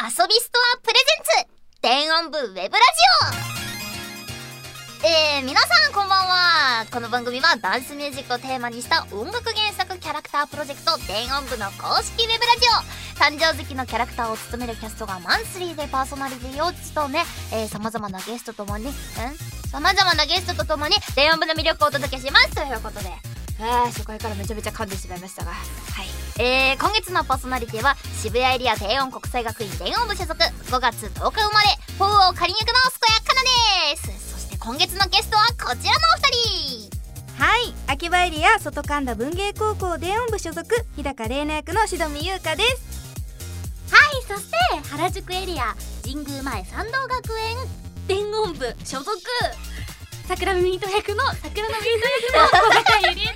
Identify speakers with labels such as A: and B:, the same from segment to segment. A: 遊びストアプレゼンツ電音部ウェブラジオえー、皆さんこんばんはこの番組はダンスミュージックをテーマにした音楽原作キャラクタープロジェクト電音部の公式ウェブラジオ誕生月のキャラクターを務めるキャストがマンスリーでパーソナリティを務め、えー、様々なゲストともに、ん様々なゲストとともに電音部の魅力をお届けしますということで、あー初回からめちゃめちゃ噛んでしまいましたが、はい。えー、今月のパーソナリティは渋谷エリア低音国際学院電音部所属5月10日生まれ、フォーを仮に行くの健やかなですそして今月のゲストはこちらのお二人
B: はい秋葉エリア外神田文芸高校電音部所属日高玲奈役のしどみゆうかです
C: はいそして原宿エリア神宮前参道学園伝音部所属桜ミミト役の桜のミミト役の小高ゆりえです
A: よ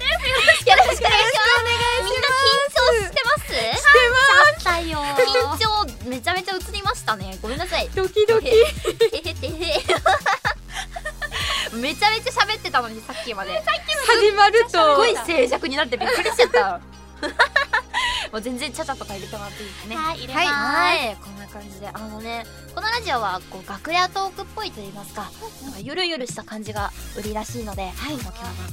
A: ろしくお願いしますみんな緊張してます
C: しましたよ
A: 緊張めちゃめちゃ映りましたねごめんなさい
B: ドキド
A: キめちゃめちゃ喋ってたのにさっきまで
B: 始まると
A: すごい静寂になってびっくりしてたもう全然ちゃちゃとか入れてもらっていいですね
C: はい入れま
A: はい、
C: す、
A: こんな感じであのねこのラジオはこう楽屋トークっぽいと言いますかなんかゆるゆるした感じが売りらしいので、はい、今日は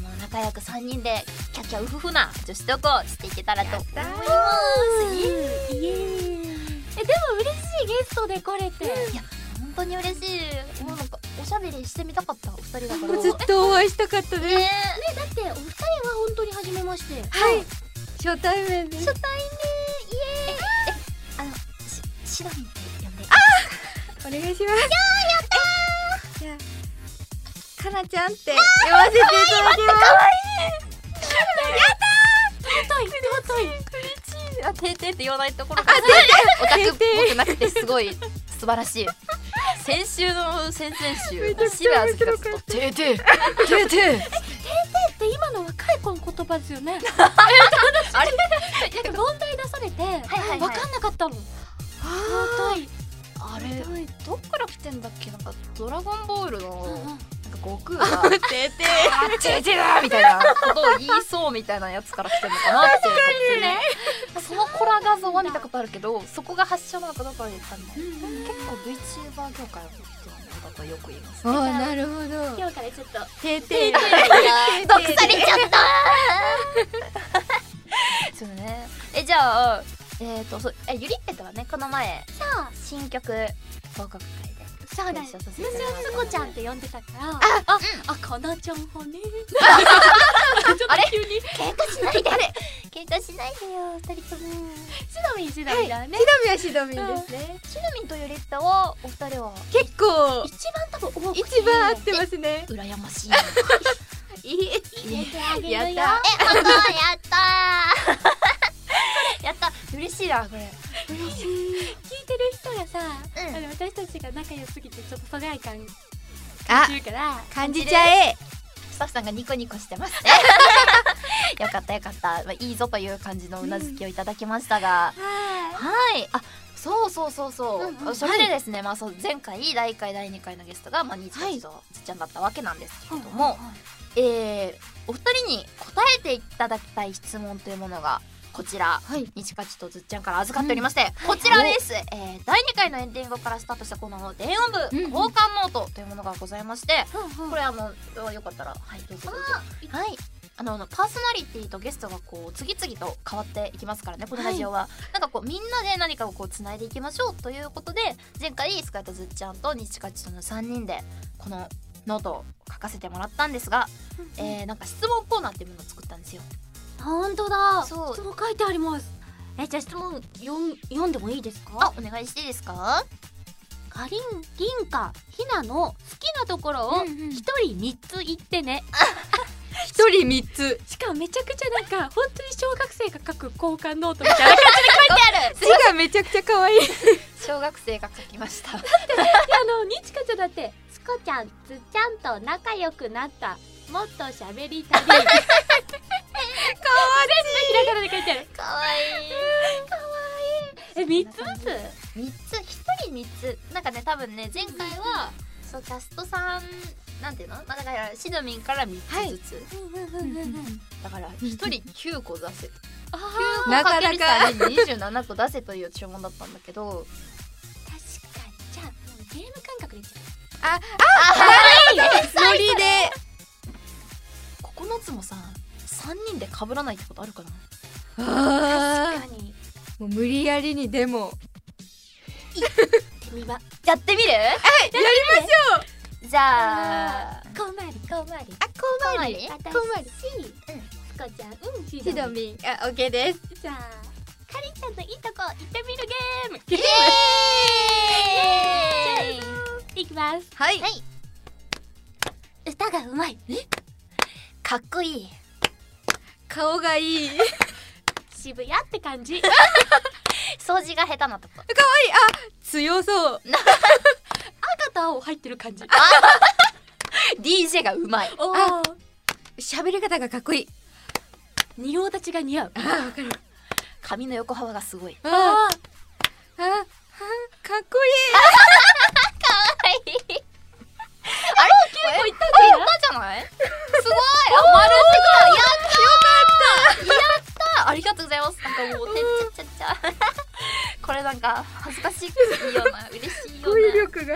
A: もう仲良く3人でキャッキャウフフな女子トークをしていけたらと思います
C: イエーイえでも嬉しいゲストで来れて、
A: いや本当に嬉しいもうなんかおしゃべりしてみたかったお二人だか
B: ずっ
A: ら
B: とお会いしたかったで
A: ね
B: す、
C: ねだってお二人は本当に初めまして
B: はい初対面です
A: 初対面イエーイえあのしシドミンって呼んで
B: お願いしますやーやったじゃあかなちゃんって呼ばせていただきます
C: 尊い尊い
A: あ、てーてーって言わないところから。オタクっぽくなくてすごい素晴らしい。先週の先々週、シラーズがずっとてーてー、てーてー。
C: で今の若い子の言葉ですよ ね
A: あれ
C: なんか問題出されて、はい
A: はいはい
C: 分かんなかったの尊い
A: あれ、どっから来てんだっけなんかドラゴンボールの
C: うんうん
A: なんか悟空が「てーてー」「てーてーだ」みたいなことを言いそうみたいなやつから来てるのかなって確かにねそのコラ画像は見たことあるけどそこが発祥なのかどうかは言ったんだよ
C: うんうん
A: 結構 VTuber 業界の人の方とよく言います
B: あーなるほど
C: 今日からちょっと
B: てーてー
A: 毒されちゃった そうねえじゃあえっ、とそうえゆりっぺとはねこの前
C: さあ
A: 新曲合格会で
C: そうだよ
A: そうそう
C: 私
A: そう
C: はつこちゃんって呼んでたからああ、あかなちゃん ほね
A: あれ
C: 急に
A: 喧嘩しないで喧嘩しないでよ二人とも
C: シドミンシドミンだね、
B: しどみはしどみですね
A: ちなみにとゆりっぺはお二人は
B: 結構
C: 一番多分多くて
B: 一番合ってますね
A: 羨ましい
B: いい
C: 入れてあげるよ
B: やった
A: え本当や ったーやった嬉しいなこれ
C: 嬉しい聞いてる人がさ、
A: うん
C: あの私たちが仲良すぎてちょっと疎外感感
B: あ
C: じるから
B: 感じちゃえ
A: スタッフさんがニコニコして ますよかったよかった、まあ、いいぞという感じのうなずきをいただきましたが、
C: は
A: はいあそうそうそうそう、
C: うんうん
A: それでですね、まあ、そう前回第1回第2回のゲストが、まあ、ニーチとちっちゃんだったわけなんですけれども、えーお二人に答えていただきたい質問というものがこちら、西勝とずっちゃんから預かっておりまして、こちらです、えー第2回のエンディングからスタートしたこの電音部
C: うんう
A: 交換
C: ん
A: ノートというものがございまして、
C: うんうん
A: これあのよかったらはいどうぞどうぞはいあのあのパーソナリティとゲストがこう次々と変わっていきますからねこのラジオは、なんかこうみんなで何かをこうつないでいきましょうということで前回スカイとずっちゃんと西勝との3人でこのノートを書かせてもらったんですが、えーなんか質問コーナーっていうものを作ったんですよ
C: 本当だ
A: そう
C: 質問書いてありますえじゃあ質問読ん読んでもいいですか
A: あお願いしていいですか
C: かりん銀貨ひなの好きなところを
A: うんうん
C: 一人三つ言ってね、
B: 一人三つ
C: しかもめちゃくちゃなんか本当に小学生が書く交換ノートみたいないや
B: 字がめちゃくちゃ可愛い
A: 小学生が書きました
C: あのにちかちゃんだ って「つこちゃんつっちゃんと仲良くなったもっと喋り たい」かわいいひらがなで書いてある
A: かわいい
C: え三つずつ
A: 三つ一人三つなんかね多分ね前回はそうキャストさんなんていうの、まあ、だからシドミンから三つずつ、だから一人九個出せ九個
B: な
A: か
B: かなか
A: ける三で二十七個出せという注文だったんだけど
C: ゲーム感覚で言っちゃった
B: あノリで
A: 9つもさ3人で被らないってことあるかな
B: あ
C: 確かに
B: ーもう無理やりにでも
C: 手見ば
A: やってみる
B: はいやりましょう
A: じゃあ
C: こまりこまり
B: あこうまり
A: こ
B: あ
C: あたし
B: こうまり
C: うんふこちゃんうんひ
B: ひどみんあオッケーです
C: じゃあかりんちゃんのいいとこ行ってみるゲーム
A: イエーイ
C: いきます
B: はい
A: はい
C: 歌がうまい
A: かっこいい
B: 顔がいい可愛い
C: 渋谷って感じ
A: 掃除が下手な とこ
B: あ強そう
C: 赤と青入ってる感じ
A: DJ がうまい
C: お
B: あ
C: お
B: 喋り方がかっこいい
C: 仁王たちが似合う
B: あーわかる
A: 髪の横幅がすごい
B: あーあーあーかっこいい
A: あれお行ったっけじゃないすごいあ丸ってきたやったやったありがとうございますなんかもうてっちゃっちゃっちゃ これなんか恥ずかしいような嬉しいようない
B: 力が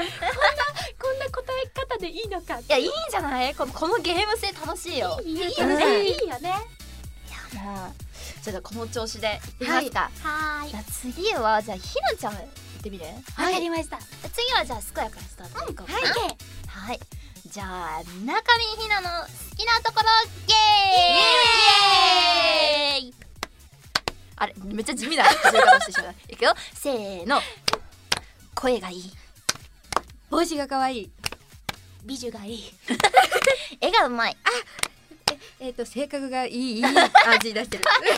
C: こんな答え方でいいのかい
A: やいいんじゃないこのこのゲーム性楽しいよ
C: いい
B: よ
C: よ
B: ね
C: ねいいよね
A: まあじゃあこの調子でいきますか、
C: はーい
A: じゃあ次はじゃあひなちゃん行ってみる
C: わかりましたオ
A: 次はじゃあスクエアからスタートでいこうかな、
C: ッケー
A: はい。じゃあ、中身ひなの好きなところ、イエーイイエーイあれ、めっちゃ地味な 走り方してしまう。いくよ。せーの。声がいい。
B: 帽子が可愛い
C: 美女がいい
A: 絵がうまい。
B: えっ、と性格がいいいい味出してる
C: なんか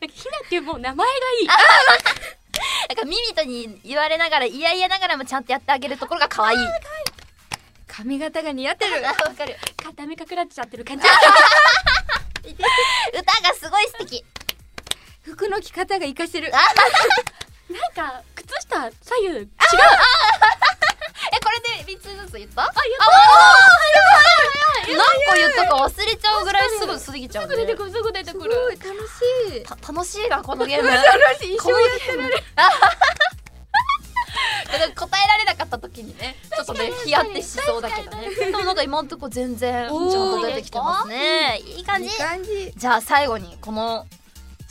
C: ひなっていうもう名前がいい
A: なんか、ミミトに言われながら、いやいやながらもちゃんとやってあげるところが可愛い。
B: 髪型が似合ってる
A: あわかる。
C: 片目隠られちゃってる感じ
A: 歌がすごい素敵。
B: 服の着方が活かしてる
C: なんか靴下左右違う
A: え、これで3つずつ言ったあ、
C: 言
A: 言ったた
C: っ
A: 何個言ったか忘れちゃうぐらいすぐ過ぎちゃう、
C: すぐ出て
A: ね
C: く。るすぐ出て
B: す
C: く
B: ご
C: る
B: い楽しい
A: た楽しいな、このゲーム。
B: 楽しい一
A: こう
B: 生
A: いうゲーム 答えられなかった時にねちょっとねヒヤってしそうだけどねでもなんか今んとこ全然ちゃんと出てきてますねいい感じ
B: いい感じ
A: じゃあ最後にこの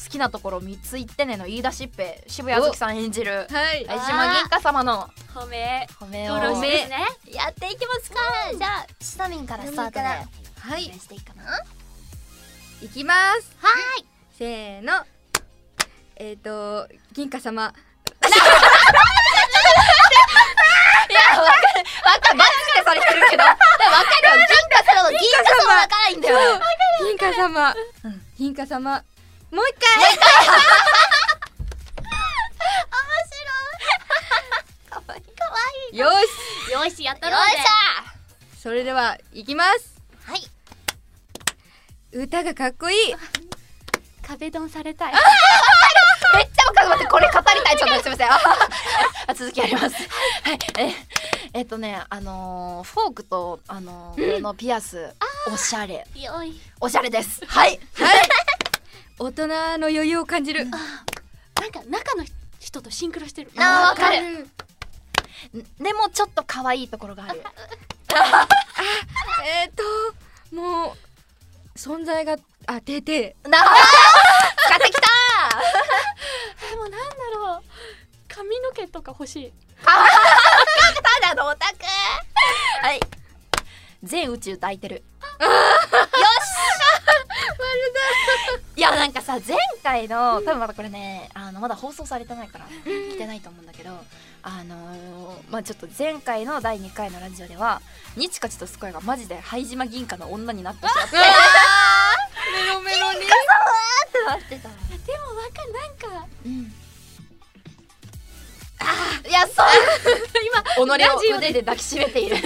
A: 好きなところ3つ言ってねの言い出しっぺ渋谷あずきさん演じる
B: はい
A: 相島銀華様の
C: 褒め
A: 褒め
C: よ
A: を
C: ろしいですね
A: やっていきますかじゃあシナミンからスタートで
B: は
A: お願いしていいかなはい
B: いきます
A: はい
B: せーのえっ、と銀貨様
A: いやわかるわかるマジでそれしてるけどでもわ かるよ銀華様の銀華様わからいいんだよね
B: 銀貨様銀貨様もう一
A: かわいいかわ
B: 回よし
C: よしやった
A: い
C: ろ
A: よ
C: う
A: っ
C: ぜ
A: し
B: それではいきます
A: ゃはい
B: 歌がかっこいい
C: 壁ドンされたい
A: めっちゃわかる待ってこれ語りたいちょっとすみませんあ あ続きあります はいええっとねあのーフォークとあのーこのピアス、おしゃれ
C: よい
A: おしゃれです はい
B: はい大人の余裕を感じる
C: なんか中の人とシンクロしてる
A: なあわかる
B: る
A: でもちょっと可愛いところがある
B: えっ、ともう存在があてて
A: なあ 使ってきた
C: でもなんだろう髪の毛とか欲しい
A: ただのオタクはい全宇宙抱いてるよしいやなんかさ前回の多分まだこれねあのまだ放送されてないから来てないと思うんだけどあのーまあちょっと前回の第2回のラジオではニチカチとスコヤがマジで拝島銀貨の女になってしまって
B: うわメロメロに
A: ってなってた、
C: でもわかんなんか
A: うん、あーいや そう今
C: ラ
A: 己
C: ジ
A: を
C: オで
A: 腕で抱きしめている
C: も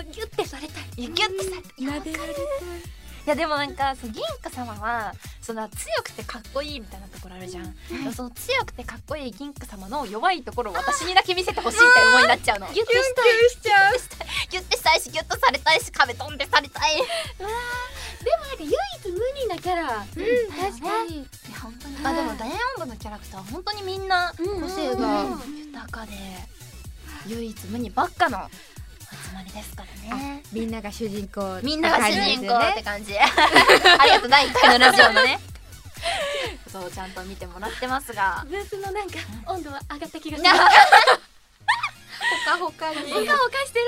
C: うギュッてされたい
A: いやギュッてされていや
B: 撫でられ
A: いやでもなんかその銀貨様はその強くてかっこいいみたいなところあるじゃん、でもその強くてかっこいい銀貨様の弱いところを私にだけ見せてほしいって思いになっちゃうのギュッ
B: キュンキュンしちゃう
A: ギュッてしたいしギュッとされたいし壁飛んでされたいいや
C: でもなんか唯一無二なキャラ
B: うん
C: 確
B: 確
C: か
B: かに
A: 本当に
B: は
A: あ
B: い
A: でもダイヤモンドのキャラクターは本当にみんな
C: うん
A: 個性が豊かで、唯一無二ばっかの集まりですからね
B: みんなが主人公
A: みんなが主人公って
B: て
A: 感じ ありがとう第1回のラジオのね そうちゃんと見てもらってますが
C: ブースのなんか温度は上がった気がする
A: な
B: ほかほかに
C: ほかほかしてる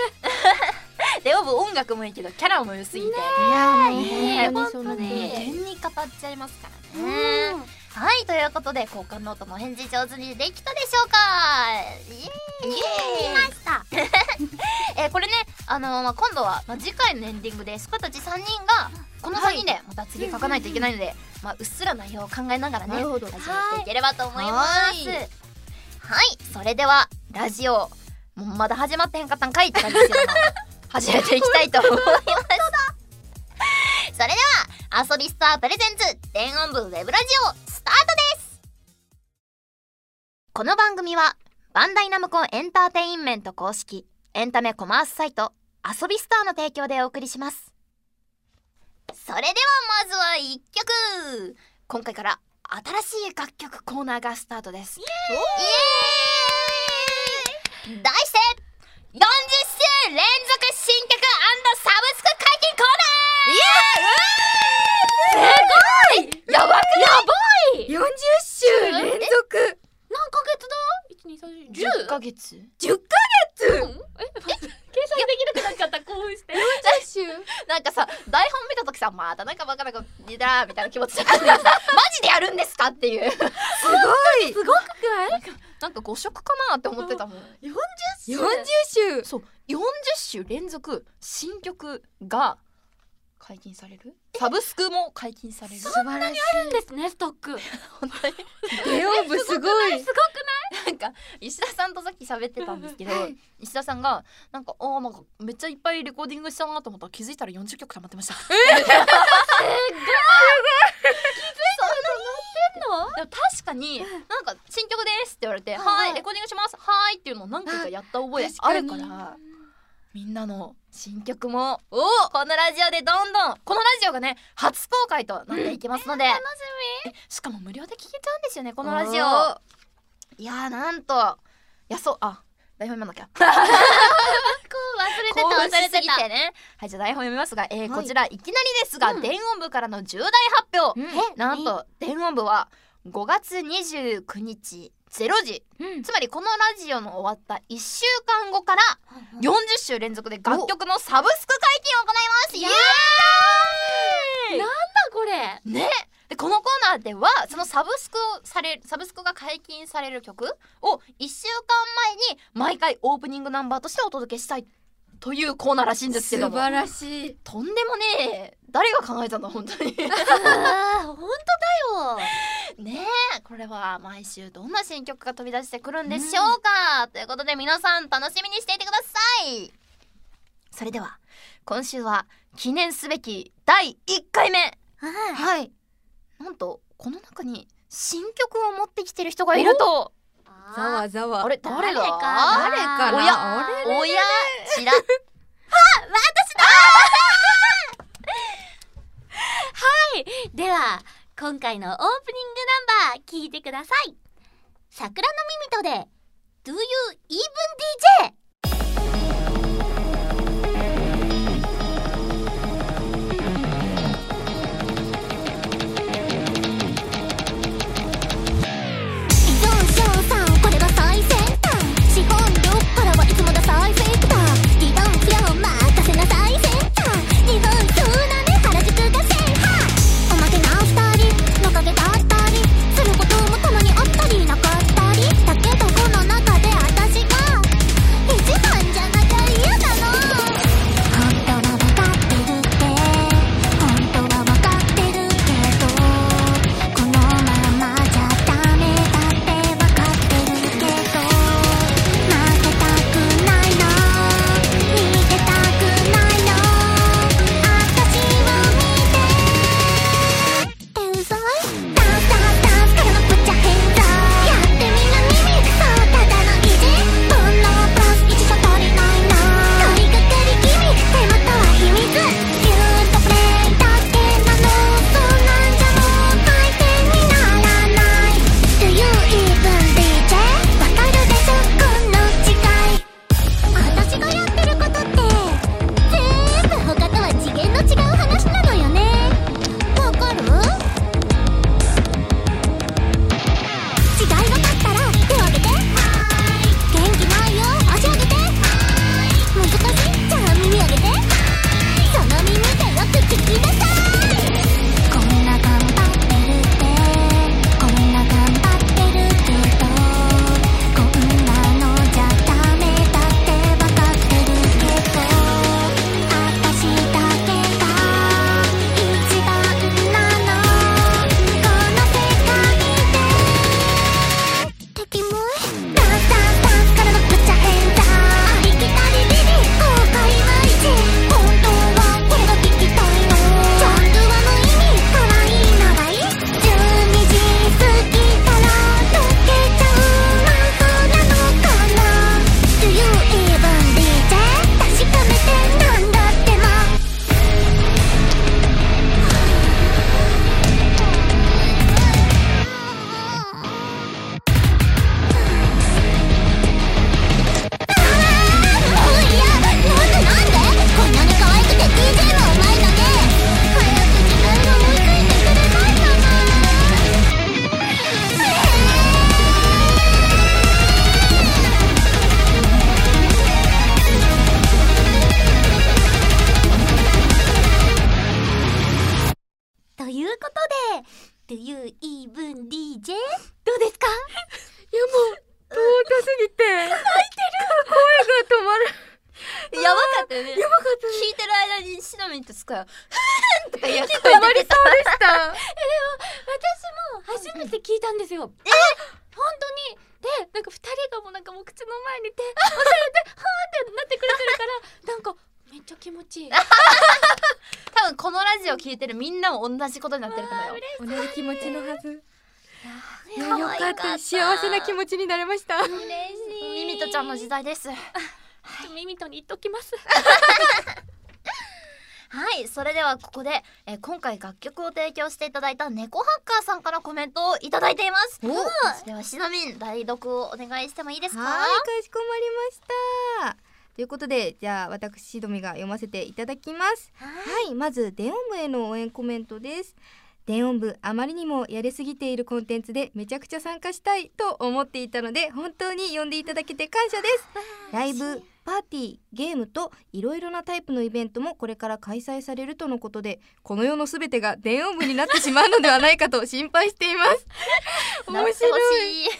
A: レオブ音楽もいいけどキャラも良すぎて、
B: や
A: もう
B: ね
A: 本
B: 当
A: 無
B: ね
A: 限に語っちゃいますから
C: う
A: ね
C: ん
A: はいということで交換ノートの返事上手にできたでしょうかイエーイ
C: 言いました
A: えーこれね、あのーまあ、今度は、まあ、次回のエンディングでスカたち3人がこの3人でまた次書かないといけないので、まあ、うっすら内容を考えながらね始め
B: なるほ
A: て
B: ど
A: いければと思います
B: は
A: はいいそれではラジオもうまだ始まってへんかったんかいって感じですけども始めていきたいと思いますそれでは遊びスタープレゼンツ電音部ウェブラジオスタートですこの番組はバンダイナムコンエンターテインメント公式エンタメコマースサイト遊びスターの提供でお送りしますそれではまずは一曲今回から新しい楽曲コーナーがスタートですイエーイ題して40週連続新曲サブスク解禁コーナーイエーイすごいやばくない
B: 40週連続
C: 何ヶ月だ一二三四十
A: 10ヶ月
B: 10ヶ
C: うん
B: 月
C: え計算できなくなっちゃった興奮して
B: 40週
A: なんかさ台本見た時さまたなんかバカなこと言ってたみたいな気持ちだったけどさ マジでやるんですかっていう
B: すごい
C: すごくない
A: なんか誤色かなって思ってたもん
C: 40
B: 40週
A: そう40週連続新曲が解禁されるサブスクも解禁される
B: 素晴らしい
C: なんですねストック
A: 本当に
B: デオブすごい
C: すごく
A: なんか石田さんとさっき喋ってたんですけど
B: はい
A: 石田さんがなんかああなんかめっちゃいっぱいレコーディングしたなと思ったら気づいたら40曲溜まってました
C: の
A: でも確かになんか新曲ですって言われて「
B: はいはい
A: はいレコーディングしますはい」っていうのを何回かやった覚えあるからみんなの新曲もおーこのラジオでどんどんこのラジオがね初公開となっていきますので、楽しみしかも無料で聴けちゃうんですよねこのラジ
B: お
A: オいやーなんといやそうあ台本読まな きゃ
C: 忘
A: 興奮し
C: れて
A: す
C: た忘れ
A: ぎ
C: てた
A: てねはいじゃあ台本読みますが、えー
B: はい
A: こちらいきなりですが、
C: うん
A: 電音部からの重大発表、
B: え
A: なんと電音部は5月29日0時
B: うん
A: つまりこのラジオの終わった1週間後から40週連続で楽曲のサブスク解禁を行いますイ
C: や
A: エーイ
C: これ
A: ねでこのコーナーではそのサブスクをされサブスクが解禁される曲を1週間前に毎回オープニングナンバーとしてお届けしたいというコーナーらしいんですけど
B: 素
A: も
B: 晴らしい
A: とんでもねえ誰が考えたんだ本当に
C: あー本当だよ
A: ねえこれは毎週どんな新曲が飛び出してくるんでしょうか、ということで皆さん楽しみにしていてくださいそれでは今週は記念すべき第1回目
C: はい
A: はいなんとこの中に新曲を持ってきてる人がいると
B: ざわざわ
A: あれ誰だ
C: 誰かな
B: 誰かな
A: おや
B: あれ
A: おやちらは
C: では今回のオープニングナンバー聞いてください桜の耳とで Do you even DJ?
D: 依存症さんこれが最先端資本力からはいつもだ最フェイクだ理論不要任せな最先端日本風なね原宿が制覇おまけな二人の影だったりすることもたまにあったりなかったりだけどこの中で私が
C: Do you even DJ? どうですか
B: 唐突すぎて泣いてる声が止まる
A: やばかったよ ね。やばかった、聞いてる間にシナミンとス カイは、ふーんとか言ってた。
B: 止まりそうでした
C: 私も初めて聞いたんですよ。え本当にでなんか二人がもうなんかもう口の前に手押されてはーってなってくれてるからなんかめっちゃ気持ちいい。
A: 多分このラジオ聞いてるみんなも同じことになってると思うよ。
B: 同じ気持ちのはずいや
A: 可愛
B: よかった幸せな気
A: 持
B: 持ちになれました
C: 嬉しい。
A: ミミトちゃんの時代です。
C: ちょっとミミトに言っときます。
A: はい、それではここで、えー今回楽曲を提供していただいた猫ハッカーさんからコメントをいただいています。
B: お
A: それはシナミン、代読をお願いしてもいいですか
B: はい、かしこまりました。ということで、じゃあ私どみが読ませていただきます。はい、まず電音部への応援コメントです。電音部あまりにもやりすぎているコンテンツでめちゃくちゃ参加したいと思っていたので本当に呼んでいただけて感謝ですライブパーティーゲームといろいろなタイプのイベントもこれから開催されるとのことでこの世のすべてが電音部になってしまうのではないかと心配しています
A: なって
B: 面
A: ほ
B: 白い
A: し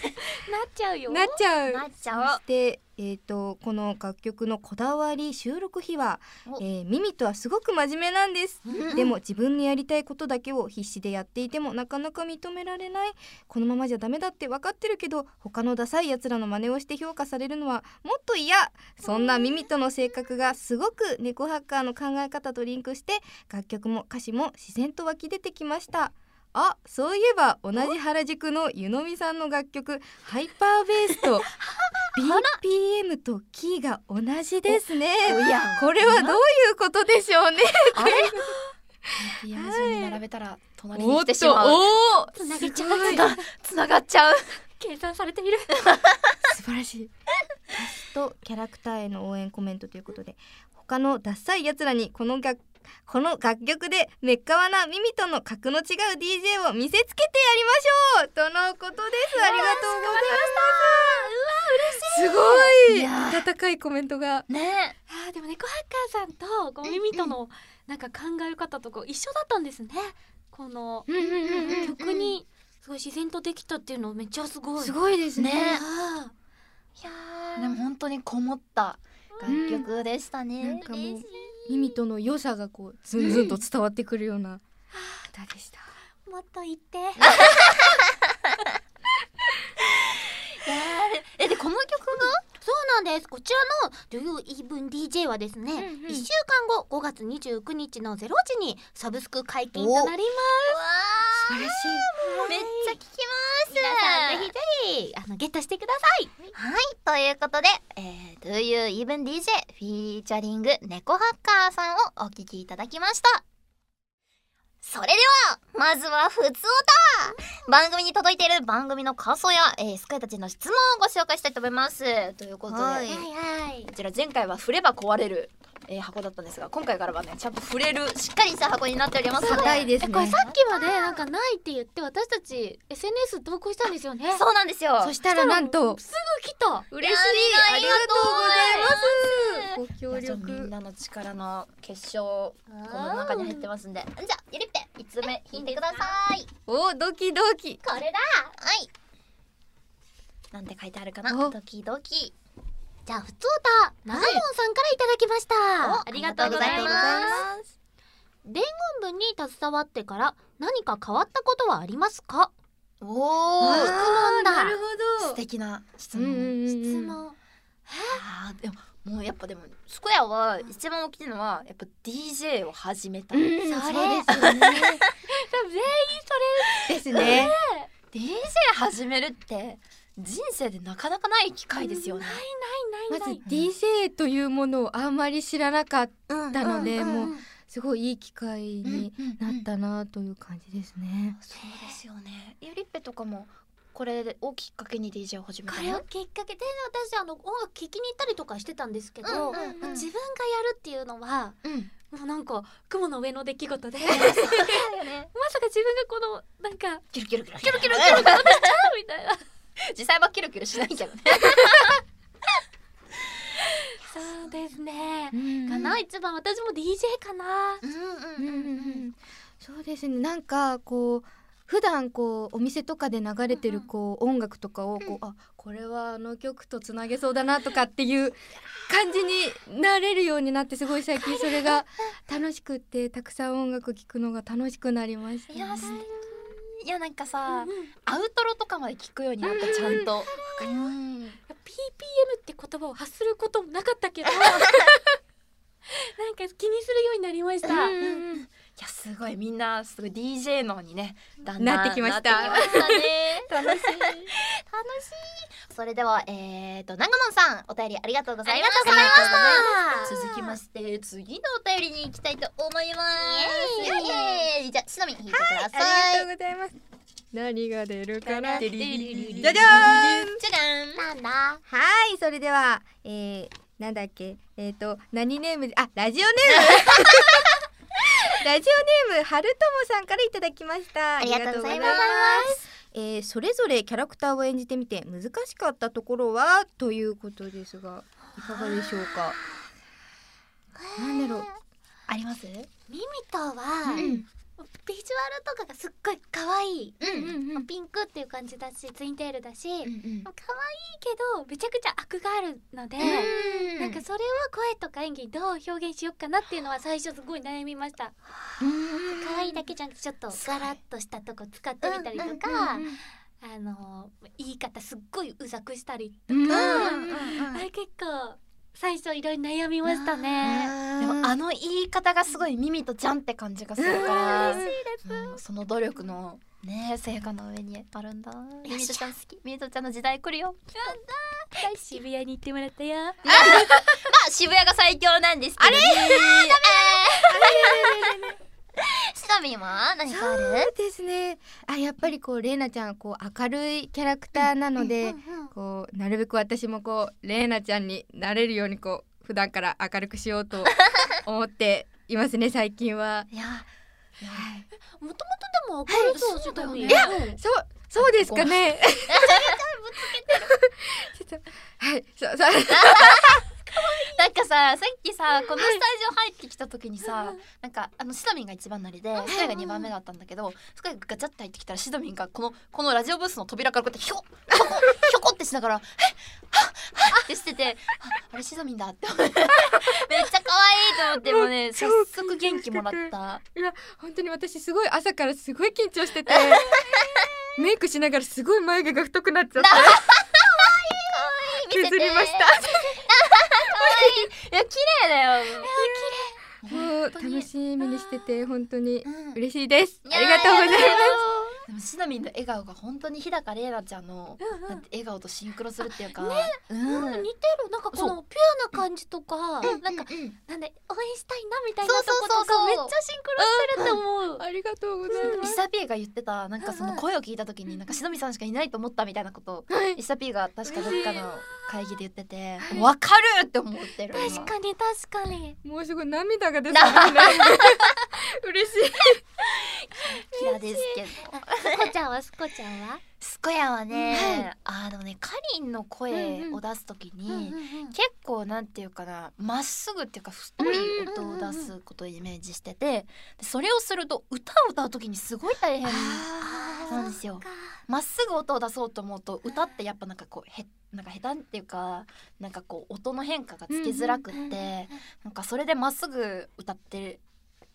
C: なっちゃうよ。
B: なっちゃう
A: い。なっち
B: そ
A: ゃおう
B: し。て、えー、とこの楽曲のこだわり収録秘話
A: お、
B: えー、ミミとはすごく真面目なんです、
A: うん
B: でも自分のやりたいことだけを必死でやっていてもなかなか認められないこのままじゃダメだって分かってるけど他のダサいやつらの真似をして評価されるのはもっと嫌そんなミミとの性格がすごく猫ハッカーの考え方とリンクして楽曲も歌詞も自然と湧き出てきましたあそういえば同じ原宿の湯飲みさんの楽曲「ハイパーベース」と BPM とキーが同じですね
A: おや
B: これはどういうことでしょうね
A: あれピアノ順に並べたら隣に
B: お
A: 来
B: って
A: し
B: と
A: まう。
B: おー
C: つなげちゃう。
A: つながっちゃう。
C: 計算されている。
B: 素晴らしい。とキャラクターへの応援コメントということで他のダッサいやつらにこの楽この楽曲でめっかわなミミとの格の違う DJ を見せつけてやりましょうとのことですありがとうございますうわ嬉しいすごい温かいコメントが
A: ね
C: あーでも猫ハッカーさんとこうミミとのなんか考え方とか一緒だったんですね。この
B: うんうんうんうん
C: 曲にすごい自然とできたっていうのめっちゃすごい。
B: すごいですね
A: ね
C: あーいや
A: でも本当にこもった楽曲でしたね。
B: なんかも
A: 嬉
B: う
A: しい
B: ミミとの良さがこうズンズンと伝わってくるような歌でした
C: ーもっと言って。
A: え、で、この曲が
C: そうなんです。こちらの Do You Even DJ はですね、一
B: うんうん
C: 1週間後5月29日の0時にサブスク解禁となり
A: うわ
B: 素晴らしい
A: ーめっちゃ聴きます。
C: 皆さんぜひぜひあのゲットしてください。
A: はい、ということで、えー、Do You Even DJ フィーチャリング猫ハッカーさんをお聞きいただきました。それでは、まずはふつおた番組に届いている番組の感想や、えー、スカイたちの質問をご紹介したいと思います。ということで、
B: はい
C: はいはい
A: こ。ちら前回は振れば壊れる、えー箱だったんですが、今回からはね、ちゃんと振れる、しっかりした箱になっておりますので。
B: 硬いです
C: え
B: ね
C: これさっきまでなんかないって言って私たち SNS 投稿したんですよね
A: そうなんですよ。
B: そしたらなんと
C: すぐ来た
B: 嬉しい
A: あ
B: あ
A: り
B: り
A: が
B: が
A: と
B: と
A: う
B: う
A: ご
B: ご
A: ざ
B: ざ
A: い
B: い
A: ま
B: ますご協
A: じゃあみん
B: 力
A: なの力の結晶この中に入ってますんでじゃあゆりっぺ5つ目引いてください
B: おドキドキ
A: これだはいなんて書いてあるかな
B: お
A: ドキドキ
C: じゃあふつおた長門さんからいただきました、
A: おありがとうござい
C: す伝言文に携わってから何か変わったことはありますか
A: お
B: あー
C: 問だ
B: なるほ
A: 素
B: ど
A: 敵な質
B: うんう
A: 問
B: んうん
C: 質問
A: あーでももうやっぱでもスクエアは一番大きいのはやっぱ DJ を始めた、
B: うん
C: それ
B: そうですよね
C: 多分全員
B: ですね
A: DJ 始めるって人生でなかなかない機会ですよね、
C: ない
B: ま
C: ないな
B: ず
C: い
B: DJ というものをあんまり知らなかっ
A: うん
B: たので、
C: うん
B: もうすごいいい機会になったなという感じですね、
A: そうですよね。ゆりっぺとかもこれをきっかけに DJ を始め
C: こ
A: た
C: れを
A: の。
C: きっかけで私あの音楽聴きに行ったりとかしてたんですけど、
A: うんうんうん
C: 自分がやるっていうのは
A: うん。
C: もうなんか雲の上の出来事で ま
A: だよね。
C: さか自分がこのなんか
A: キュルキュルキュルキュルキュル
C: みたいな。
A: 実際はキュルキュルしないけどね。
C: そうですね。
B: うん
C: かな一番私も DJ かな。
A: うんうん
B: うんうんうんそうですねなんかこう普段こうお店とかで流れてるこう音楽とかをこうあこれはあの曲とつなげそうだなとかっ ていう感じになれるようになってすごい最近それが楽しくってたくさん音楽聴くのが楽しくなりました
A: い
B: ね。
A: やすいやなんかさ、
C: うん
A: アウトロとかまで聞くようになったちゃんと。わかります。
C: PPM って言葉を発することもなかった けどなんか気にするようになりました、
B: うんうんうん
A: いやすごいみんなすごい DJ のにねだんだん
B: なってきました
A: なってきましたね 楽しい楽しいそれではえっ、ー、と長門さんお便りありがとうございました続きまして次のお便りに行きたいと思いますイエーイじゃあしのみ引いてくださ
B: あり
A: い、
B: がとうございます。何が出るかな。
A: じ
B: じ
A: ゃ
B: ゃ
A: じゃー
B: じゃ
A: ん
B: ーん。
A: じゃじゃん
D: なんだ
B: はい、それでは、えー、なんだっけ、えっ、と、何ネームで、あ、ラジオネーム。ラジオネーム、はるともさんからいただきました。
A: ありがとうございます
B: ありがとうございます。えー、それぞれキャラクターを演じてみて難しかったところはということですがいかがでしょうかなんだろう
A: あります
D: ミミトは、ビジュアルとかがすっごい可愛い、
A: うんうん
B: うん
D: ピンクっていう感じだしツインテールだし、
A: うんうん
D: 可愛いけどめちゃくちゃ悪があるので、
A: な
D: なんん
A: か
D: かそれを声とか演技どう表現しようかなっていうのは最初すごい悩みました可愛いだけじゃなくてちょっとガラッとしたとこ使ってみたりとか、
A: うんうん
D: あの言い方すっごいうざくしたり、
B: うん
D: あれ結構最初いろいろ悩みましたね
A: でもあの言い方がすごいミミとちゃんって感じがするから、
B: うん嬉
A: うんその努力のね成果の上にあるんだミミトちゃん好きミミトちゃんの時代来るよ
D: 渋谷に行ってもらったよ
A: まあ渋谷が最強なんですけど、ね、あれ シナミンは何かある
B: そうですねあやっぱりこうレイナちゃんはこう明るいキャラクターなので、こうなるべく私もこうレイナちゃんになれるようにこう普段から明るくしよう と思っていますね最近は。
A: いや
C: もともとでも明るそう
D: そうだよね
C: い
B: そうそうですかね。 ちょっとはいそうそう
A: なんかささっきさこのスタジオ入ってきた時にさなんかあのシドミンが一番乗りでスタイが2番目だったんだけどそこでガチャって入ってきたらシドミンがこのこのラジオブースの扉からこうやってひょこひょこひょこってしながら「えっはっはっ」ってしてて「ああれシドミンだ」って思ってめっちゃ可愛いと思ってもう ね早速元気もらった
B: いや本当に私すごい朝からすごい緊張しててメイクしながらすごい眉毛が太くなっちゃって
A: 見せて
B: 削りました。
A: いや綺麗だよ
B: もう楽しみにしてて本当に
A: うん
B: 嬉しいです。
A: いや
B: あ
A: ー
B: りがとうございま
A: やだよ
B: す。
A: でもシナミンの笑顔が本当に日高玲奈ちゃんのなんて笑顔とシンクロするっていうか、うん
C: 似てるなんかこ
A: そ
C: のピュアな感じとか、なんか、
A: うん
D: なんで応援したいなみたいな
A: そ
D: と
A: うそう
D: こ
A: そう
D: と
A: そう
D: かめっちゃシンクロしてると思う
B: ありがとうございま
A: イ
B: す。
A: サピーが言ってたなんかその声を聞いた時になんかしのみさんしかいないと思ったみたいなことをイサピーが確かどっかの会議で言っててわかるって思ってる今
D: 確かに確かに
B: もうすごい涙が出てますね。嬉しい。
A: 嫌ですけど
D: スコちゃんはスコちゃんは
A: スコヤはねあのねかりんの声を出す時に結構なんていうかなまっすぐっていうか太い音を出すことをイメージしててでそれをすると歌を歌う時にすごい大変なんですよ。まっすぐ音を出そうと思うと歌ってやっぱなんかこうへなんか下手っていうかなんかこう音の変化がつけづらくって、なんかそれでまっすぐ歌って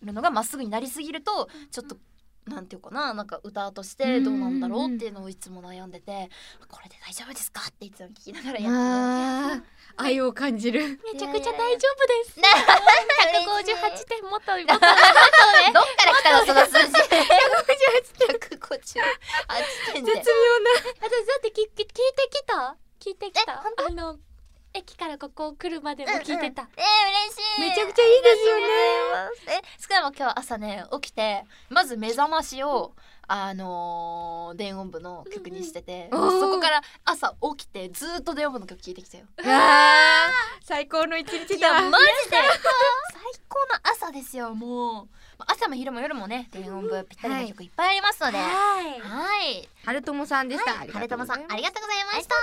A: るのがまっすぐになりすぎるとちょっと、なんていうかななんか歌としてどうなんだろうっていうのをいつも悩んでて、これで大丈夫ですかっていつも聞きながらやっ
B: あー 愛を感じる。
D: めちゃくちゃ大丈夫です
A: てる。
D: 158点もっともっと
A: どっから来たのその数字 ?158 点
B: 絶
A: で。
B: 妙
D: 私だってきき聞いてきた聞いてき
A: え
D: たあの駅からここ来るまでも聞いてた、
A: えー、嬉しい
B: めちゃくちゃいいですよね
A: ねえ少なも今日朝ね起きてまず目覚ましをあのー電音部の曲にしてて、
B: うんうん
A: そこから朝起きてずーっと電音部の曲聴いてきたよ
B: な。あー最高の一日
A: いや
B: だ。
A: マジで最高の朝ですよもうまあ朝も昼も夜もね電音部ぴったりな曲いっぱいありますので、はい
D: はい
A: はい
B: はるともさんでした。
A: はるともさんありがとうございました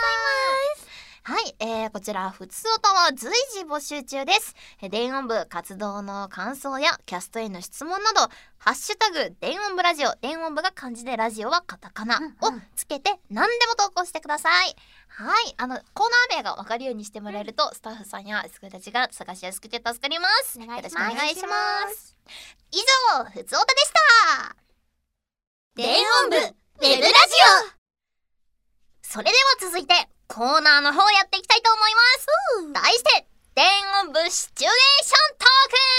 A: はい、えー、こちら、ふつおたは随時募集中です。えー電音部活動の感想やキャストへの質問など、ハッシュタグ、電音部ラジオ、電音部が漢字でラジオはカタカナをつけて何でも投稿してください。はい、あの、コーナー名がわかるようにしてもらえると、スタッフさんやスクたちが探しやすくて助かります。
C: お願いします
A: よろしくお願いします。以上、ふつおたでした電音部、ウェブラジオそれでは続いて、コーナーの方やっていきたいと思います。題して、電音部シチュエーシ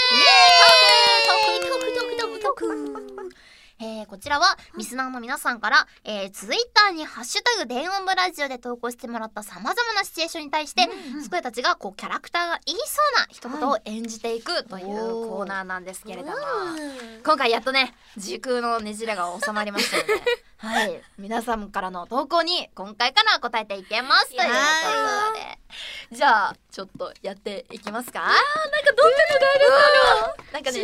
A: ョントークトークトークトークトークえー、こちらは、リスナーの皆さんから、えー、ツイッターにハッシュタグ電音部ラジオで投稿してもらった様々なシチュエーションに対して、スクエたちが、こう、キャラクターが言いそうな一言を演じていくというコーナーなんですけれども、今回やっとね、時空のねじれが収まりましたので、はい、皆さんからの投稿に、今回から答えていけますということ で、じゃあ、ちょっとやっていきますか。なんかね、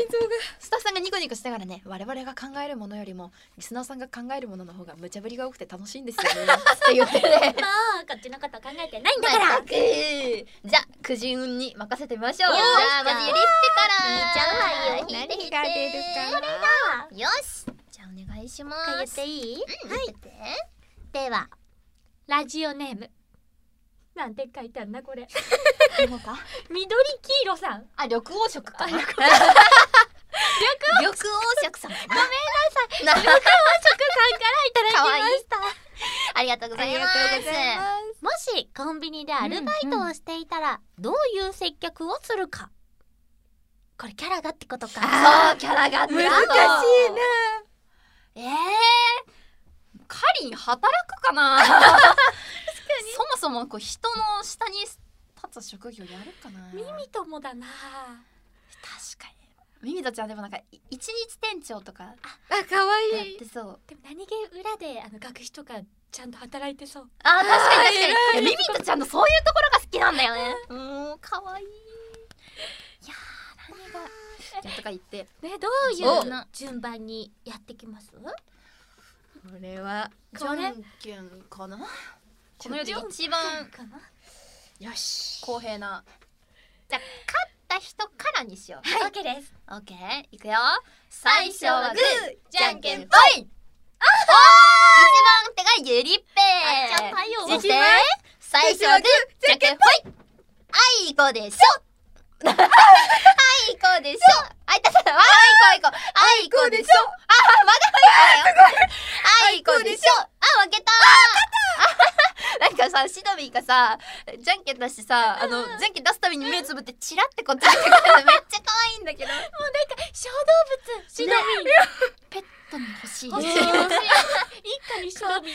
A: スタッフさんがニコニコしながらね、我々が考えるものよりも、リスナーさんが考えるものの方が無茶ぶりが多くて楽しいんですよね。って言って ね。
C: まあこっちのこと考えてないんだ
A: だ
C: か
A: からら、じゃあ、くじ運に任せてみましょう。じゃあ、まずゆりっぺから。
B: 引いちゃうわよ何が出るか
A: こ
B: な
A: れだ。よし。じゃあ、お願いしま
C: 一回言っ
A: す。
C: ていい
A: うん言っててでは、
C: ラジオネームなんて書いてあんなこれ 緑黄色さん
A: あ、緑黄色か。緑黄 色さんかな。ごめんなさい。
C: いただきました
A: ありがとうございます。
B: ありがとうございま
C: もしコンビニでアルバイトをしていたら、どういう接客をするかこれキャラがってこと
A: そ
C: か
A: う、キャラが難しい
B: 難しいな。
A: ええカリン働くかな確かにそもそもこう人の下に立つ職業やるかな
C: ミミ友だな
A: 確かにミミたちはでもなんかい一日店長とかや
B: あ可愛い
A: ってそう
C: でも何気裏であの学費とかちゃんと働いてそう
A: あ確かに確かにいやミミとちゃんのそういうところが好きなんだよね うんかわいいいやー何がとか言って
C: ねどう
A: お
C: いう順番にやってきます
B: これは
C: じゃん
E: けんかな
A: この世で
C: ちょっと
A: 一番
C: かな
E: よし公平な
A: じゃあ勝った人からにしよう
C: はい、OK です
A: オッケーいくよ最初はグーじゃんけんぽいあー一番手がゆりっぺ
C: あじゃあ太陽
A: そして最初はグーじゃんけんぽいあいこで しょあいこでしょあいたたたあいこあいこあいこでしょあまだあいこだよあいこでしょあ負けたなんかさシドビーがさじゃんけんだしさあのじゃんけん出すたびに目つぶってチラってこっち見てくるのめっちゃ可愛いんだけど
C: 小動物シドミ、
A: ペットに欲しい
C: 欲しい
A: 欲し
C: 一家にシドミ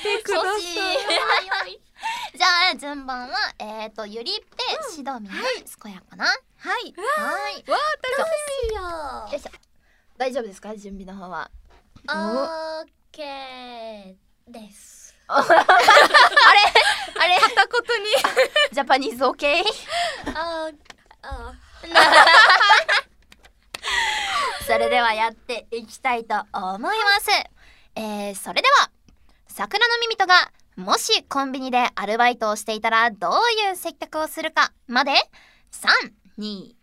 A: いじゃあ順番はえっ、とゆりっぺ、しどみ健やかなはいはい
C: よ
A: よいしょ大丈夫ですか準備の方は
C: オーケー です。
A: あれ
B: 片言に
A: ジャパニーズ OK
C: ああ
A: それではやっていきたいと思いますえー、それでは桜の耳とがもしコンビニでアルバイトをしていたらどういう接客をするかまで3219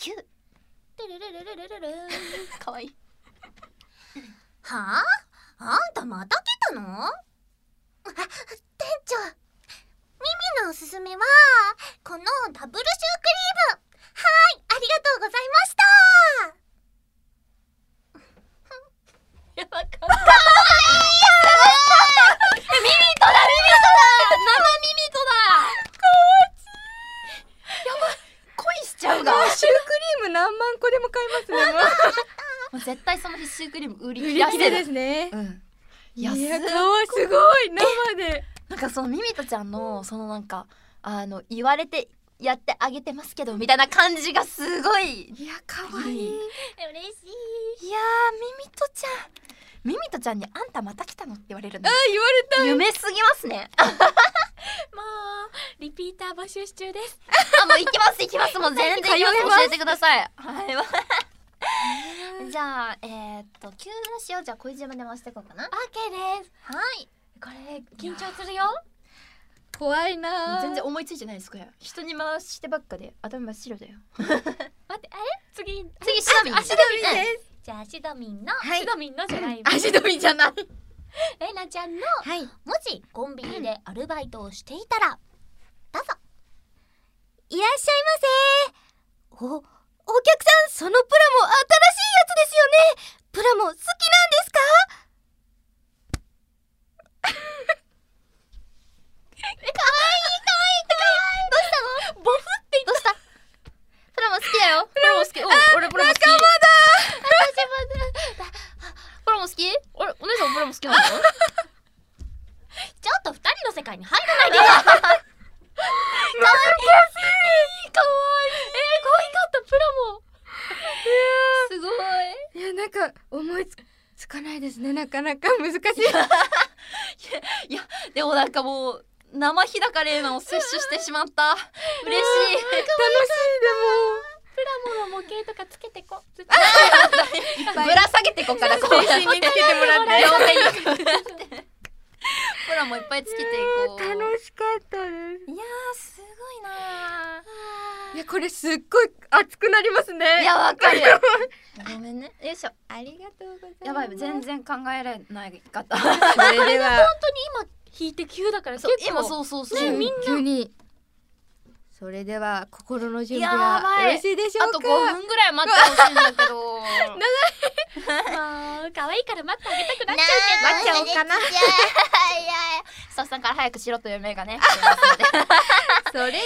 C: てるるるるるるる。
A: かわいい
D: はああんたまた来たのあ店長ミミのおすすめはこのダブルシュークリームはいありがとうございました
A: 恋しちゃうが
B: シュークリーム何万個でも買います ね。もう
A: もう絶対その必修クリーム売り
B: 売
A: 切
B: り
A: れ
B: 切れですね。
A: うん
B: い
A: 安い
B: や顔はすごい生で。
A: なんかそのミミトちゃんのそのなんかあの言われてやってあげてますけどみたいな感じがすごいいや
B: いや可
A: 愛い
C: 嬉しい。
A: ーミミトちゃんミミトちゃんにあんたまた来たのって言われるの
B: あ言われた。
A: 夢すぎますねあ
C: もうリピーター募集中です。
A: もう行きます行きますもう全然行き
B: 通え
A: ま
B: ます
A: す教えてくださいはい じゃあえー、っと急なしようじゃあ小島で回していこうかな
C: オーケーです。
A: はい
C: これ緊張するよ。怖いなー
A: 全然思いついてないですこれ人に回してばっかで頭真っ白だよ
C: 待ってあれ次
F: 次シドミン
C: あシドミンです、
F: じゃあシドミンの、
B: はい
C: シドミンのじゃないわ
A: 足取りじゃない
F: レナちゃんの
B: はい
F: もしコンビニでアルバイトをしていたらどうぞ
D: いらっしゃいませお、お客さんそのプラモ新しいやつですよねプラモ好きなんですか
F: どうしたプラモ好きだよ
A: プロも好きうん俺プロも好き
F: プラモ好きちょ
A: 俺お姉さんもプロも好きな
F: っ
A: の
F: と二人の世界に入らないでよかわいいかわいいえー、可愛かったプラモすごい
B: いやなんか思いつつかないですねなか なか難しい
A: でもなんかもう生日高レーナを摂取してしま った嬉し
C: プラモの模型とかつけてこずっと
A: いぶら下げてこっからこうやって
B: につけてもらって
A: 両手にプラもいっぱいつけてこう
B: 楽しかったです
A: いやーすごいない
B: やこれすっごい熱くなりますね
A: いやわかるごめんねよいしょ
B: ありがとうございます
A: やばい全然考えられないか った
B: それで は
C: 本当に今引いて急だから結
A: そう
C: 構
A: 今そうそうそう、
B: ね
A: みん
B: 急にそれでは心の準
A: や
B: 備
A: ば
B: はいよろしいでしょ
A: あ
B: うか
A: と5分ぐらい待ってほしいんだけど
C: もう可愛いから待ってあげたくなっちゃう
F: な
A: っちゃおうか
F: ないやいや
A: スタッフさんから早くしろという目 がね
B: それでは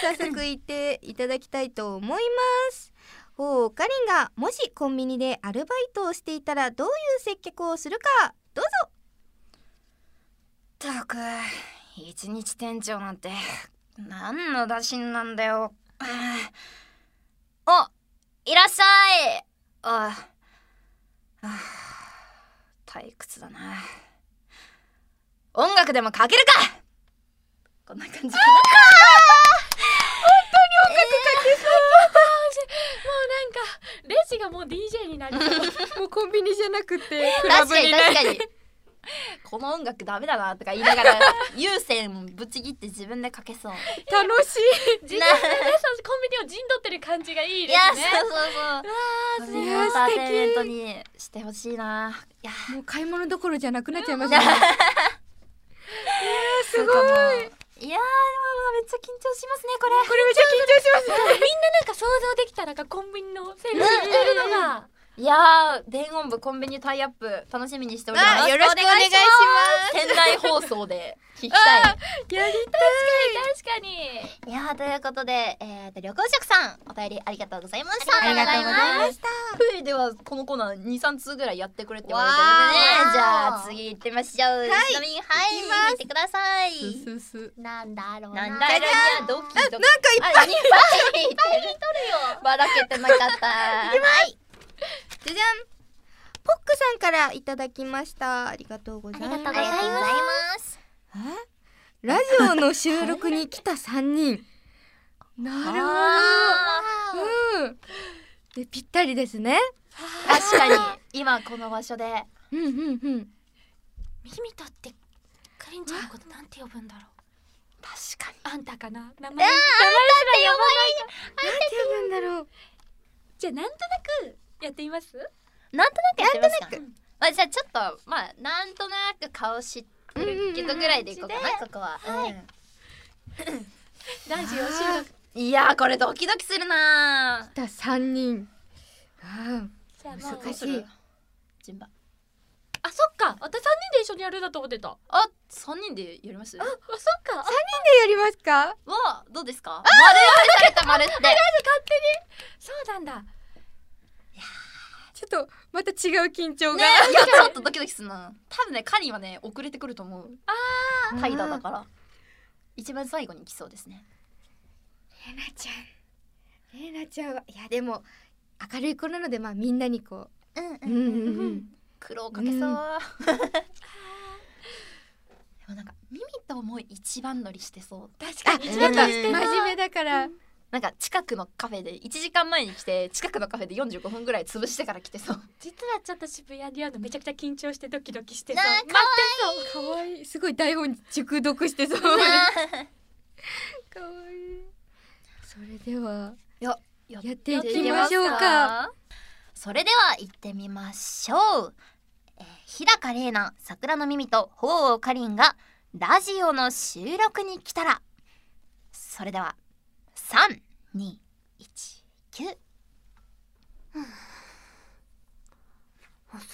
B: 早速行っていただきたいと思います。おうかりんがもしコンビニでアルバイトをしていたらどういう接客をするかどうぞ
A: たく一日店長なんて何の打診なんだよあいらっしゃいああ退屈だな音楽でもかけるかこんな感じか
C: レジがもう DJ になりそう
B: もうコンビニじゃなくてク
F: 確かに確かに
A: この音楽ダメだなとか言いながら有線ぶち切って自分でかけそう
B: 楽しい
C: 自分でねそうコンビニを陣取ってる感じがいい
A: い
C: で
A: やそ
C: す
A: う
C: ね
A: そうそう
B: い
A: い
B: や
A: や
B: 素
A: 素
B: 敵
A: 敵エンターテインメントにしてほしいな
B: もう買い物どころじゃなくなっちゃいますねすごいこれめっ
A: いやー、まあまあめっちゃ緊張しますね、これ。
B: ちゃ緊張し
C: み
B: ます
C: んななんか想像できたらなんかコンビニのセールスしてるのが
A: いやー、電音部コンビニタイアップ、楽しみにしておりま
B: あ
A: す。
B: よろしくお願いします
A: 店内放送で聞き たい。
B: やり
C: 確かに
F: いやーということで、えーと、旅行食さんお便りありがとうございました
A: ありがとうございま
F: した
A: プイではこのコーナー2、3通ぐらいやってくれって言われてるんで
F: ね
A: ね。
F: じ
A: じ
F: ゃ
A: ゃ
F: あ
A: あ
F: 次行ってみましょうはいはい
B: 行きます
F: 見てください
B: すすす
F: なんだろう
A: 次。なん
F: ろ
A: だ
F: う
A: ろうにゃ、ドキドキ。
B: なんかいっぱい
A: あ、2倍い
F: い
A: っ
F: ってぱい
A: る。
F: 撮
A: ばらけてなかった。はい。
B: じゃじゃんポックさんからいただきましたありがとうございます
F: るよありがとうございます
B: えラジオの収録に来た3人なるほど、うん、でぴったりですね
A: 確かに、今この場所で。
B: うんうんうん
C: ミミトってかりんちゃんのことなんて呼ぶんだろう
A: 確かに。
C: あんたかな名前名前すら呼ばない
B: なんて呼ぶんだろう
C: じゃあなんとなくやってみます
A: なんとなくやってみますか。まあ、じゃあちょっと、まあ、なんとなく顔知ってるけどぐらいでいこうかな、ここは。うん
C: ラジオ収録
A: いやーこれドキドキするな
B: 来た3人あ
C: じゃあ
B: ー
C: もう
B: 難しい
A: 順番
C: あそっか私三人で一緒にやるだと思ってたあ
A: あ三人でやりますわ
C: そっかあ
B: でやりますか
A: あどうですか丸ってされた丸って
C: そうなんだ
B: ちょっとまた違う緊張が、
A: ねいやちょっとドキドキするな多分ねカニはね遅れてくると思う
B: あー
A: 怠惰だから一番最後に来そうですね
B: レナちゃんレナちゃんはいやでも明るい子なのでまあみんなにこううんうんうん
A: 苦労かけそう、
B: うん
A: でもなんかミミとも一番乗りしてそう
C: 確
B: あ
C: かに一
B: な
C: 番
B: ん
C: と
B: か
C: して
B: 真面目だから
A: なんか近くのカフェで1時間前に来て近くのカフェで45分ぐらい潰してから来てそう
G: 実はちょっと渋谷で会うのめちゃくちゃ緊張してドキドキして
D: な
G: さ
D: あ
G: 待ってそう
B: かわいいすごい台本熟読して そうかわいいそれでは
A: や
B: や
A: や
B: っていきましょうか
D: それでは行ってみましょう、えー日高玲奈桜の耳と鳳凰かりんがラジオの収録に来たらそれでは3219
C: 遅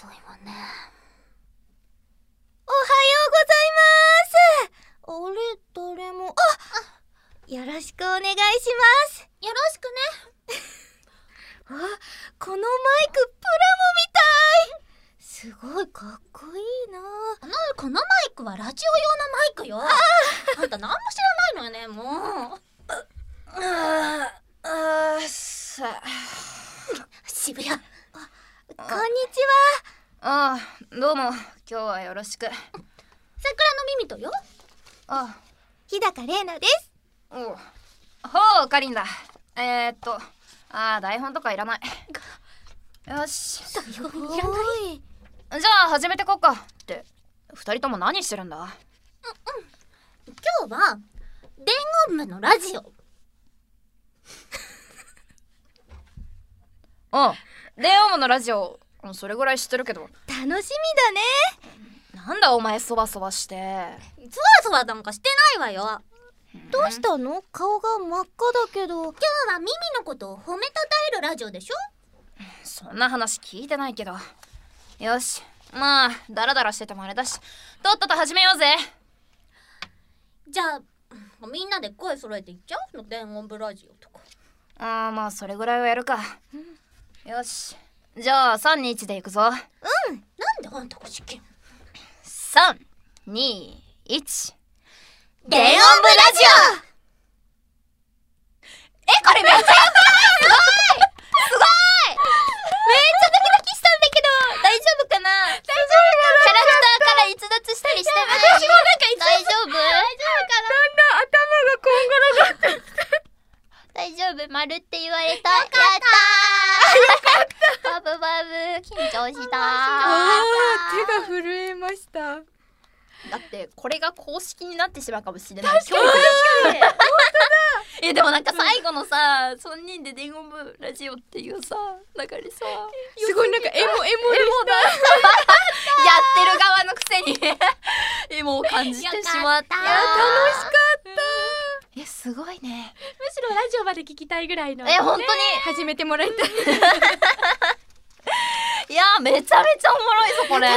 C: いわね
D: あれ誰もあよろしくお願いしますよろしくね
B: あこのマイクプラモみたいすごいかっこいいな
C: このマイクはラジオ用のマイクよあんた何も知らないのよねもう
A: あーさ
C: 渋谷
A: こんにちはあーどうも今日はよろしく
C: 桜の耳とよ
A: あ
C: 日高玲奈です
A: おうほうかりんだえー、っとあー台本とかいらないよしじ
C: いらない
A: ゃあ始めてこっかって二人とも何してるんだ
C: 今日は伝言部のラジオ
A: うん。レオモのラジオ、うんそれぐらい知ってるけど。
B: 楽しみだね
A: なんだお前そばそばして。
C: そわそわなんかしてないわよ
B: どうしたの顔が真っ赤だけど
C: 今日はミミのことを褒めたたえるラジオでしょ
A: そんな話聞いてないけど。よし。まあ、ダラダラしててもあれだし、とっとと始めようぜ。
C: じゃあみんなで声揃えていっちゃうの伝言部ラジオとか
A: ああ、まあそれぐらいはやるか。よし。じゃあ、3、2、1でいくぞ。
C: なんであんたが試験
A: 3、2、1。
C: 伝音部ラジ
A: え、これめっちゃやばい
D: 大丈夫かな大丈夫かなキャラクターから逸脱したりしてない私もなんか大丈夫大丈夫かなだんだん頭がこんがらがってきて大丈夫丸って言われたやったーバブバブ緊張し
B: 手
D: た
B: が震えました
A: だってこれが公式になってしまうかもしれない教育だ えでもなんか最後のさ3人で伝言部ラジオっていうさ流れさやっ
B: すごいなんかエモエモ
A: てる側のくせにえもう感じてしまった
D: いや楽しか
A: えすごいね
G: むしろラジオまで聞きたいぐらいの
A: え本当に
B: 始めてもらいたい
A: いやめちゃめちゃおもろいぞこれ
B: い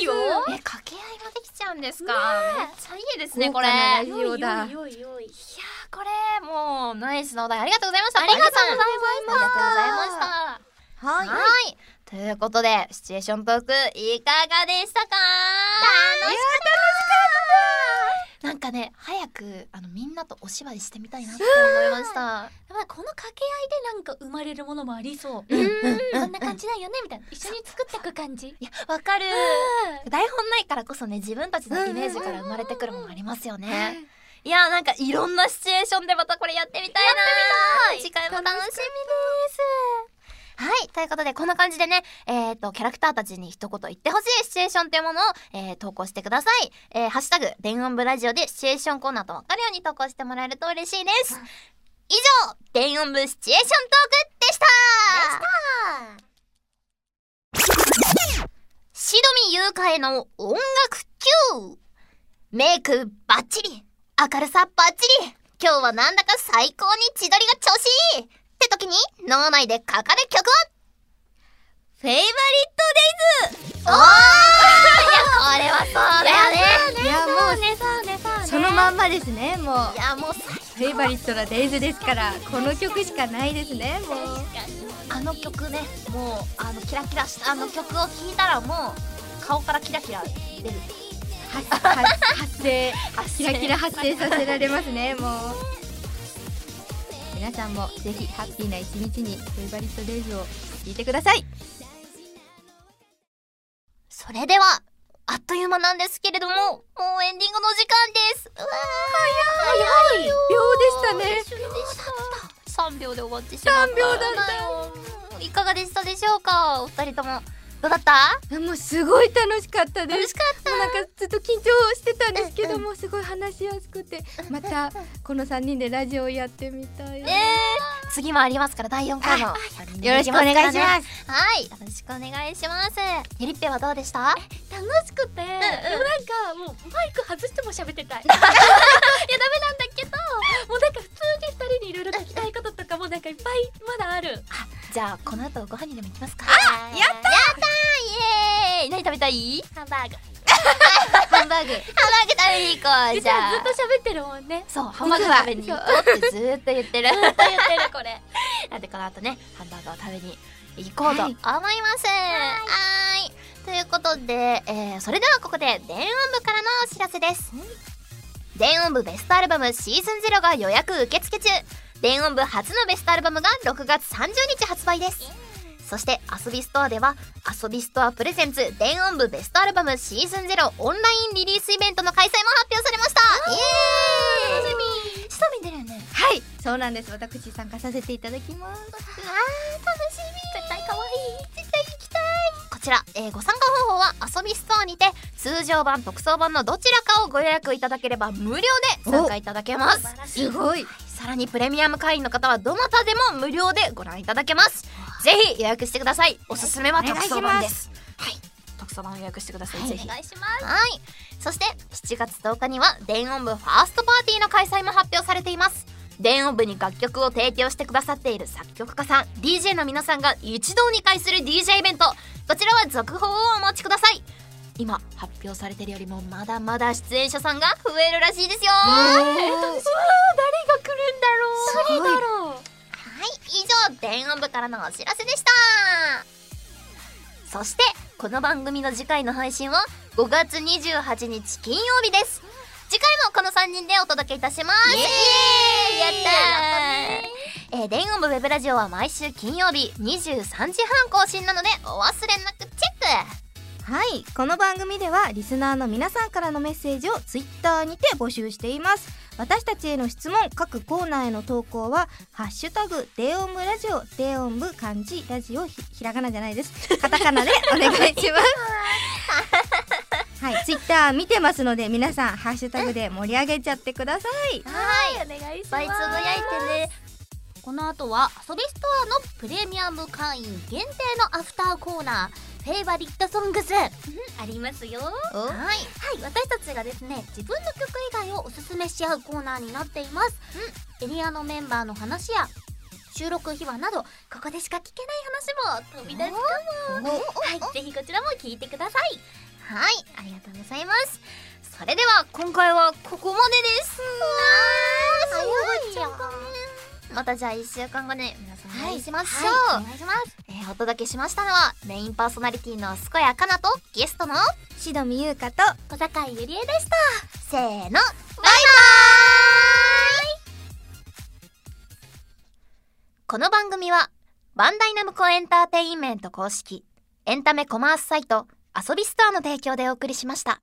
B: いよ
A: え掛け合いができちゃうんですか、めっちゃいいですね
B: 豪
A: こ
B: 華
A: れ
B: なラ
A: い
B: ジ
A: や
B: オだ
G: よいよいよいよい
A: これもうナイスなお題ありがとうございましたあり
D: がとうござ
A: し
D: いま
A: たありがとうございました
B: は
A: はい、ということでシチュエーショントークいかがでしたか楽しかったなんかね早くあのみんなとお芝居してみたいなって思いました
G: やっぱこの掛け合いでなんか生まれるものもありそう
C: オこんな感じだよねみたいな一緒に作ってく感じ
A: いやわかる台本ないからこそね自分たちのイメージから生まれてくるものありますよねいやなんかいろんなシチュエーションでまたこれやってみたいな次回も楽しみですはい。ということで、こんな感じでね、えっ、と、キャラクターたちに一言言ってほしいシチュエーションというものを、えー投稿してください。えーハッシュタグ、電音部ラジオでシチュエーションコーナーとわかるように投稿してもらえると嬉しいです。以上、電音部シチュエーショントークでした
D: シドミユウカへの音楽 Q メイクバッチリ明るさバッチリ今日はなんだか最高に千鳥が調子いいって時に脳内でかかる曲はフェイバリットデイズおーいやこれはそうだよね
B: いやもう
C: そうねそう
B: そのまんまですねもう
D: いやもう最
B: フェイバリットなデイズですからこの曲しかないですねもう
D: あの曲ねもうあのキラキラしたあの曲を聴いたらもう顔からキラキラ出る
B: 発発生キラキラ発生させられますねもう皆さんもぜひハッピーな一日にフェイバリットデイズを聴いてください
D: それでは
A: あっという間なんですけれども、もうエンディングの時間です。うわ
C: 早いよ
A: ー
B: 秒でし
A: 一緒でした。3秒で終わってしまった。
B: 3秒だった
A: よ。いかがでしたでしょうかお二人とも。どうだった
B: たねもうすごい楽しかったで
A: 楽
B: す
A: しかった
B: もうなんかずっと緊張してたんですけどもすごい話しやすくてまたこの三人でラジオやってみたい
A: ねえ次もありますから第4回も
B: よろしくお願いし
A: す
B: ます
A: はいよろしくお願いしますゆりっぺはどうでした
C: 楽しくて、なんかもうマイク外しても喋ってた いいやダメなんだけどもうなんか普通に二人にいろいろ聞きたいこととかもなんかいっぱいまだある
A: じゃあこの後ご飯にでも行きますかあやったやったーイエーイ何食べたい
C: ハンバーグ
A: ハンバーグハンバーグ食べに行こう
C: 実
A: じゃ
C: は
A: あ
C: ずっと喋ってるもん ね
A: そうハンバーグ食べに行こうってずーっと言ってるずっと言ってるこれ なんでこの後ねハンバーグを食べに行こうと思いますはいいということで、えーそれではここで電音部からのお知らせです電音部ベストアルバムシーズン0が予約受付中電音部初のベストアルバムが6月30日発売ですそして遊びストアでは遊びストアプレゼンツ電音部ベストアルバムシーズン0オンラインリリースイベントの開催も発表されましたイエーイ楽しみ下見出るよね
B: はいそうなんです私参加させていただきます
A: あー楽しみ絶対可愛い絶対行きたいこちら、えーご参加方法は遊びストアにて通常版特装版のどちらかをご予約いただければ無料で参加いただけます
B: すごい
A: さらにプレミアム会員の方はどなたでも無料でご覧いただけますぜひ予約してくださいおすすめは特装版ですはい特装版を予約してください、ぜひ
E: お願いします
A: はい。そして7月10日には電音部ファーストパーティーの開催も発表されています。電音部に楽曲を提供してくださっている作曲家さん、DJ の皆さんが一堂に会する DJ イベント。こちらは続報をお待ちください。今発表されてるよりもまだまだ出演者さんが増えるらしいですよ。
C: 無理だろう
A: はい、以上、電音部からのお知らせでした。そして、この番組の次回の配信は5月28日金曜日です。次回もこの3人でお届けいたします。イエーイやったーえー、電音部ウェブラジオは毎週金曜日23時半更新なのでお忘れなくチェック
B: はいこの番組ではリスナーの皆さんからのメッセージをツイッターにて募集しています私たちへの質問各コーナーへの投稿は「ハッシュタグ低音部ラジオ」低音部漢字ラジオひひらがなじゃないですカタカナでお願いしますはいツイッター見てますので皆さんハッシュタグで盛り上げちゃってください
A: はい、
C: お願い
A: い
C: し
A: っぱい
C: ます
A: つぶやいてねこの後は遊びストアのプレミアム会員限定のアフターコーナーフェイバリットソングス
E: ありますよ
A: はい
E: はい、私たちがですね、自分の曲以外をおすすめし合うコーナーになっています。エリアのメンバーの話や収録秘話など、ここでしか聞けない話も飛び出すかも。はい、ぜひこちらも聞いてください。
A: はい、ありがとうございます。それでは今回はここまでです。
E: 早いよ
A: またじゃあ1週間後ね、皆さんお会いしましょう。
E: はい、お願いします。
A: えーお届けしましたのはメインパーソナリティのすこやかなとゲストの
B: しどみゆうかと
E: 小坂井ゆりえでした。
A: せーのバイバーイこの番組はバンダイナムコエンターテインメント公式エンタメコマースサイト遊びストアの提供でお送りしました。